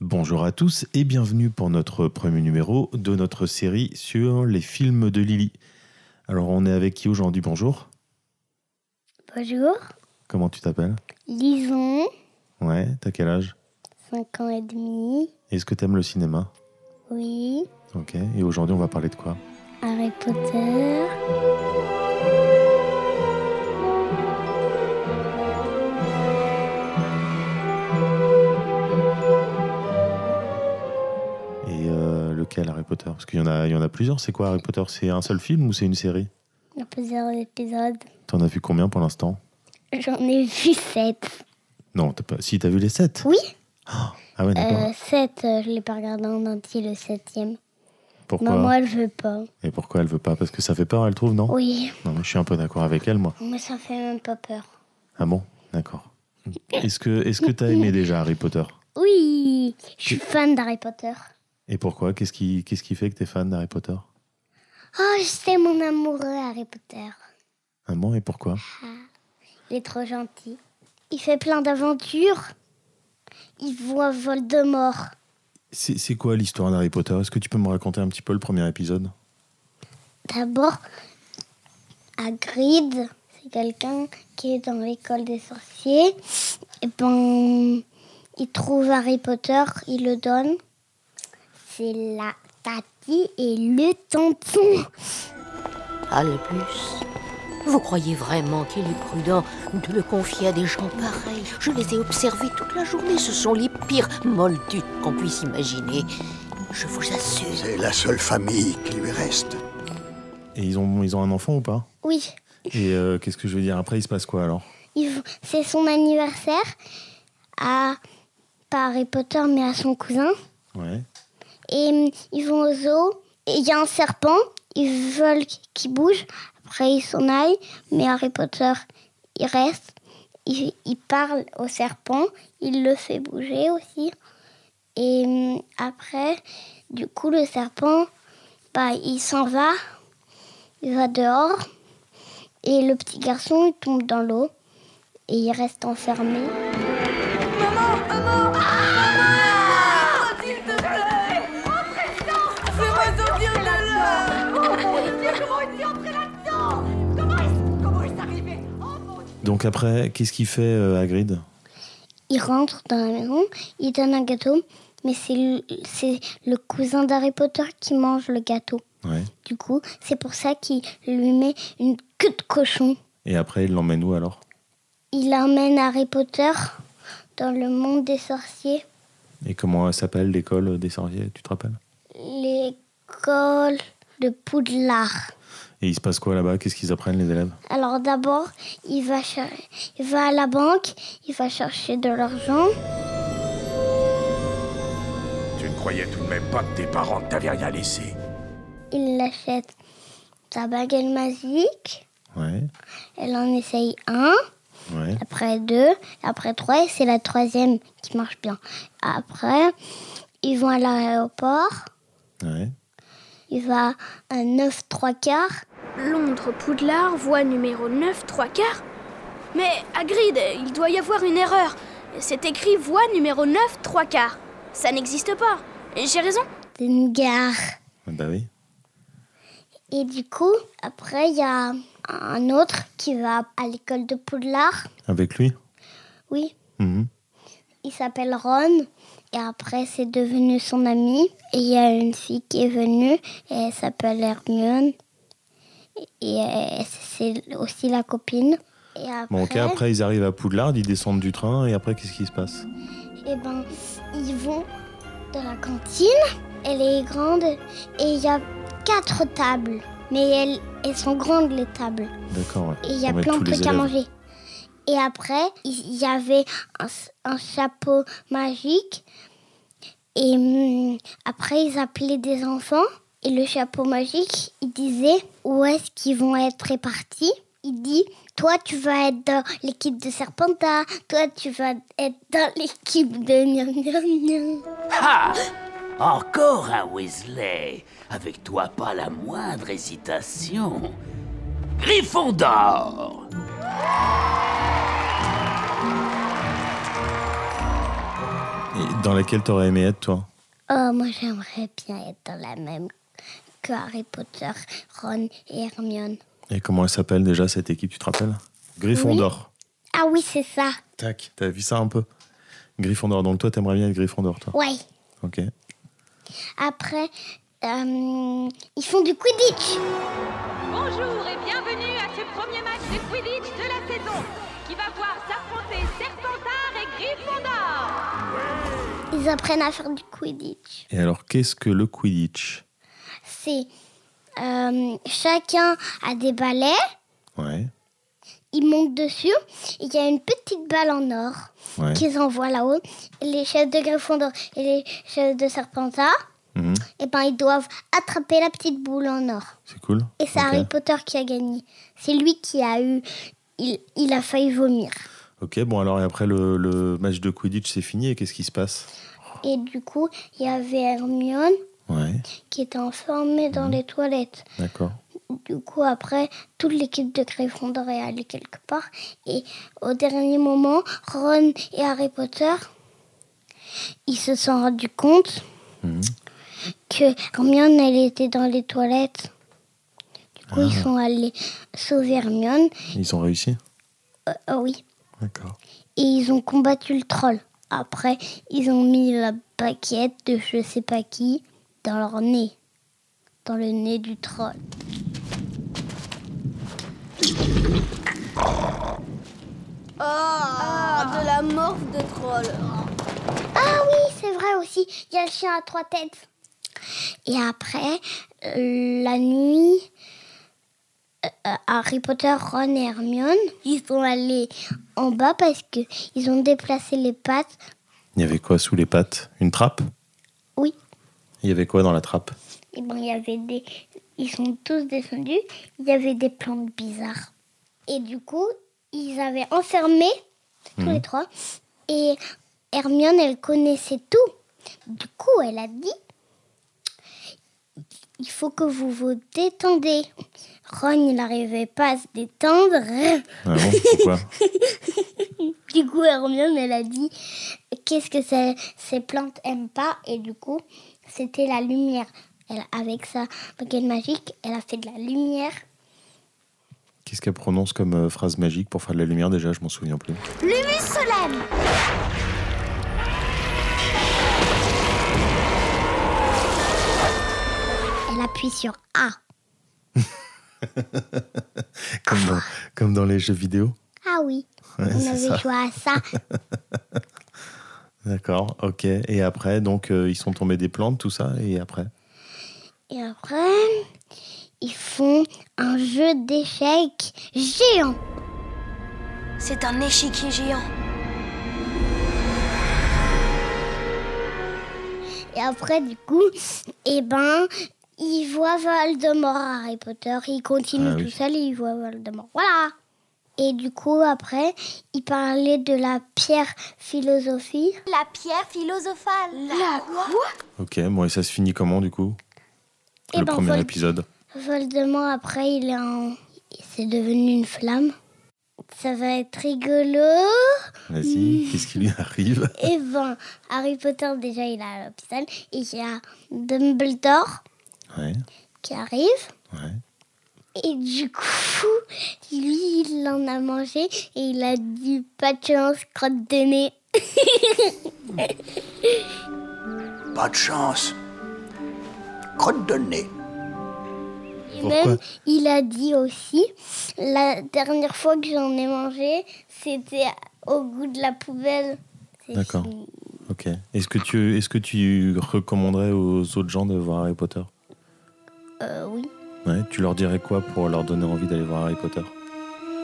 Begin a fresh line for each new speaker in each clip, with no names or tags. Bonjour à tous et bienvenue pour notre premier numéro de notre série sur les films de Lily. Alors on est avec qui aujourd'hui Bonjour.
Bonjour,
Comment tu t'appelles
Lison,
Ouais, t'as quel âge
5 ans et demi,
Est-ce que t'aimes le cinéma
oui,
Ok, et aujourd'hui on va parler de quoi
Harry Potter,
Et euh, lequel Harry Potter Parce qu'il y, en a- il y en a plusieurs, c'est quoi Harry Potter C'est un seul film ou c'est une série
il y a plusieurs épisodes.
T'en as vu combien pour l'instant
J'en ai vu 7.
Non, t'as pas... si t'as vu les 7
Oui.
Ah ouais, d'accord.
Euh, 7, je l'ai pas regardé en entier le septième.
pourquoi
Maman, elle veut pas.
Et pourquoi elle veut pas Parce que ça fait peur, elle trouve, non
Oui,
Non, mais je suis un peu d'accord avec elle, moi.
moi ça fait même pas peur.
Ah bon D'accord. Est-ce que est-ce que t'as aimé déjà Harry Potter
Oui, je suis fan d'Harry Potter.
Et pourquoi Qu'est-ce qui qu'est-ce qui fait que t'es fan d'Harry Potter
Oh, je sais mon amoureux Harry Potter.
Ah bon Et pourquoi
Il est trop gentil. Il fait plein d'aventures. Il voit Voldemort.
C'est c'est quoi l'histoire d'Harry Potter Est-ce que tu peux me raconter un petit peu le premier épisode
D'abord, Hagrid, c'est quelqu'un qui est dans l'école des sorciers. Et ben, il trouve Harry Potter, il le donne. C'est la tati et le tonton.
Albus, Ah, vous croyez vraiment qu'il est prudent de le confier à des gens pareils Je les ai observés toute la journée, ce sont les pires moldues qu'on puisse imaginer. Je vous assure.
C'est la seule famille qui lui reste.
Et ils ont ils ont un enfant ou pas
Oui,
Et euh, qu'est-ce que je veux dire après Il se passe quoi alors
il v- c'est son anniversaire à pas Harry Potter mais à son cousin.
Ouais.
Et hum, ils vont au zoo. Et il y a un serpent. Ils veulent qu'il bouge. Après, ils s'en aillent. Mais Harry Potter, il reste. Il, il parle au serpent. Il le fait bouger aussi. Et hum, après, du coup, le serpent, bah, il s'en va. Il va dehors. Et le petit garçon, il tombe dans l'eau. Et il reste enfermé.
S'il te plaît Fais-moi sortir de là Oh mon Dieu, comment ils sont entrés là-dedans Comment est-ce comment est-ce arrivé Oh mon Dieu
Donc après, qu'est-ce qu'il fait euh, Hagrid
Il rentre dans la maison, il donne un gâteau, mais c'est le, c'est le cousin d'Harry Potter qui mange le gâteau.
Ouais.
Du coup, c'est pour ça qu'il lui met une queue de cochon.
Et après, il l'emmène où alors
Il emmène Harry Potter dans le monde des sorciers,
Et comment elle s'appelle l'école des sorciers Tu te rappelles
l'école de Poudlard.
Et il se passe quoi là-bas Qu'est-ce qu'ils apprennent les élèves
Alors d'abord, il va, cher- il va à la banque, il va chercher de l'argent.
Tu ne croyais tout de même pas que tes parents ne t'avaient rien laissé.
Il achète sa baguette magique.
Ouais.
Elle en essaye un.
Ouais.
après deux, après trois, et c'est la troisième qui marche bien. Après, ils vont à l'aéroport,
Ouais.
il va à 9 3 quarts.
Londres Poudlard, voie numéro 9, 3 quarts Mais Hagrid, il doit y avoir une erreur. C'est écrit voie numéro 9, 3 quarts. Ça n'existe pas. J'ai raison
C'est une gare.
Ah Bah oui.
Et du coup, après, il y a un autre qui va à l'école de Poudlard.
Avec lui
Oui,
Mhm.
il s'appelle Ron. Et après, c'est devenu son ami. Et il y a une fille qui est venue, et elle s'appelle Hermione. Et euh, c'est aussi la copine. Et
Bon, ok, après ils arrivent à Poudlard, ils descendent du train, et après qu'est-ce qui se passe
Et ben, ils vont dans la cantine. Elle est grande et il y a quatre tables. Mais elles, elles sont grandes, les tables.
D'accord, ouais.
Et il y a
Ils vont
plein
mettre
de
tous les
trucs à
élèves.
manger. Et après, il y avait un, s- un chapeau magique. Et hum, après, ils appelaient des enfants. Et le chapeau magique, il disait où est-ce qu'ils vont être répartis. Il dit, toi, tu vas être dans l'équipe de Serpenta. Toi, tu vas être dans l'équipe de Miam Miam Miam.
Ah Encore un Weasley Avec toi, pas la moindre hésitation. Griffon d'or
Et dans laquelle t'aurais aimé être, toi
Oh, moi j'aimerais bien être dans la même que Harry Potter, Ron et Hermione.
Et comment elle s'appelle déjà cette équipe, tu te rappelles Gryffondor.
Ah oui, c'est ça.
Tac, t'as vu ça un peu Gryffondor, donc toi t'aimerais bien être Gryffondor, toi.
Ouais.
Ok.
Après, euh, ils font du Quidditch.
Bonjour et bienvenue à ce premier match de Quidditch de la saison qui va voir s'affronter Serpentard et Gryffondor.
Ils apprennent à faire du Quidditch.
Et alors, qu'est-ce que le Quidditch
C'est euh, chacun a des balais,
Ouais,
ils montent dessus, et il y a une petite balle en or
ouais.
qu'ils envoient là-haut. Et Les chefs de Gryffondor et les chefs de Serpentard,
Mhm,
eh ben, ils doivent attraper la petite boule en or.
C'est cool.
Et c'est
Ok.
Harry Potter qui a gagné. C'est lui qui a eu. Il, il a failli vomir.
Ok, bon alors, et après le, le match de Quidditch, c'est fini, et qu'est-ce qui se passe
Et du coup, il y avait Hermione
Ouais,
qui était enfermée
Mhm.
dans les toilettes.
d'accord.
Du coup, après, toute l'équipe de Gryffondor est allée quelque part. Et au dernier moment, Ron et Harry Potter, ils se sont rendus compte
Mhm.
que Hermione, elle était dans les toilettes. Du coup, ils sont allés sauver Hermione.
Ils ont réussi
Euh, euh, oui.
D'accord.
Et ils ont combattu le troll. Après, ils ont mis la baguette de je sais pas qui dans leur nez. Dans le nez du troll.
Ah, de la morphe de troll.
Ah oui, c'est vrai aussi. Il y a le chien à trois têtes. Et après, euh, la nuit, euh, euh, Harry Potter, Ron et Hermione, ils sont allés en bas parce que ils ont déplacé les pattes.
Il y avait quoi sous les pattes Une trappe
Oui.
Il y avait quoi dans la trappe
Et bon, Eh ben, il y avait des. Ils sont tous descendus. Il y avait des plantes bizarres. Et du coup, ils avaient enfermé tous les trois. Et Hermione, elle connaissait tout. Du coup, elle a dit Il faut que vous vous détendez. Ron, il n'arrivait pas à se détendre.
Ah bon, pourquoi
Du coup, Hermione, elle a dit Qu'est-ce que ces, ces plantes aiment pas Et du coup, c'était la lumière. Elle, avec sa baguette magique, elle a fait de la lumière.
Qu'est-ce qu'elle prononce comme euh, phrase magique pour faire de la lumière déjà Je m'en souviens plus.
Lumus solem Elle appuie sur A.
Comme dans, comme dans les jeux vidéo
Ah oui,
Ouais,
on
c'est
avait
ça.
joué à ça.
D'accord, ok. Et après, donc, euh, ils sont tombés des plantes, tout ça, et après
Et après, ils font un jeu d'échecs géant.
C'est un échiquier géant.
Et après, du coup, eh ben, il voit Voldemort, Harry Potter. Il continue
Ah oui.
tout seul et il voit Voldemort. Voilà Et du coup, après, il parlait de la pierre philosophie.
La pierre philosophale.
Ok, bon, et ça se finit comment, du coup
Eh
Le
ben,
premier
Vol-
épisode
Voldemort, après, il est en... C'est devenu une flamme. Ça va être rigolo.
Vas-y, qu'est-ce qui lui arrive
Et ben, Harry Potter, déjà, il est à l'hôpital. Et il y a Dumbledore
Ouais,
qui arrive.
ouais.
Et du coup, lui, il en a mangé et il a dit pas de chance, crotte de nez.
Pas de chance. Crotte de nez.
Et
Pourquoi
même, il a dit aussi la dernière fois que j'en ai mangé, c'était au goût de la poubelle. C'est
D'accord.
fini.
Ok. Est-ce que tu, est-ce que tu recommanderais aux autres gens de voir Harry Potter
Euh, oui.
Ouais. Tu leur dirais quoi pour leur donner envie d'aller voir Harry Potter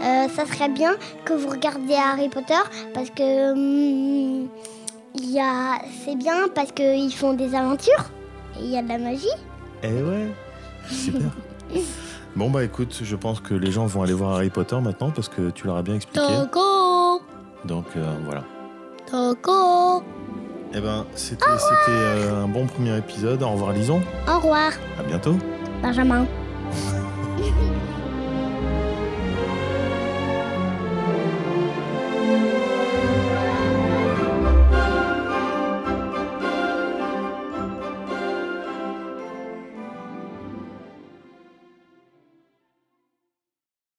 Euh, ça serait bien que vous regardiez Harry Potter parce que hum, il y a... c'est bien parce qu'ils font des aventures et il y a de la magie.
Eh ouais. Super. bon bah écoute, je pense que les gens vont aller voir Harry Potter maintenant parce que tu leur as bien expliqué.
Toco
Donc euh, voilà.
Toco
Eh ben c'était, c'était euh, un bon premier épisode. Au revoir Lison.
Au revoir,
À bientôt.
Benjamin.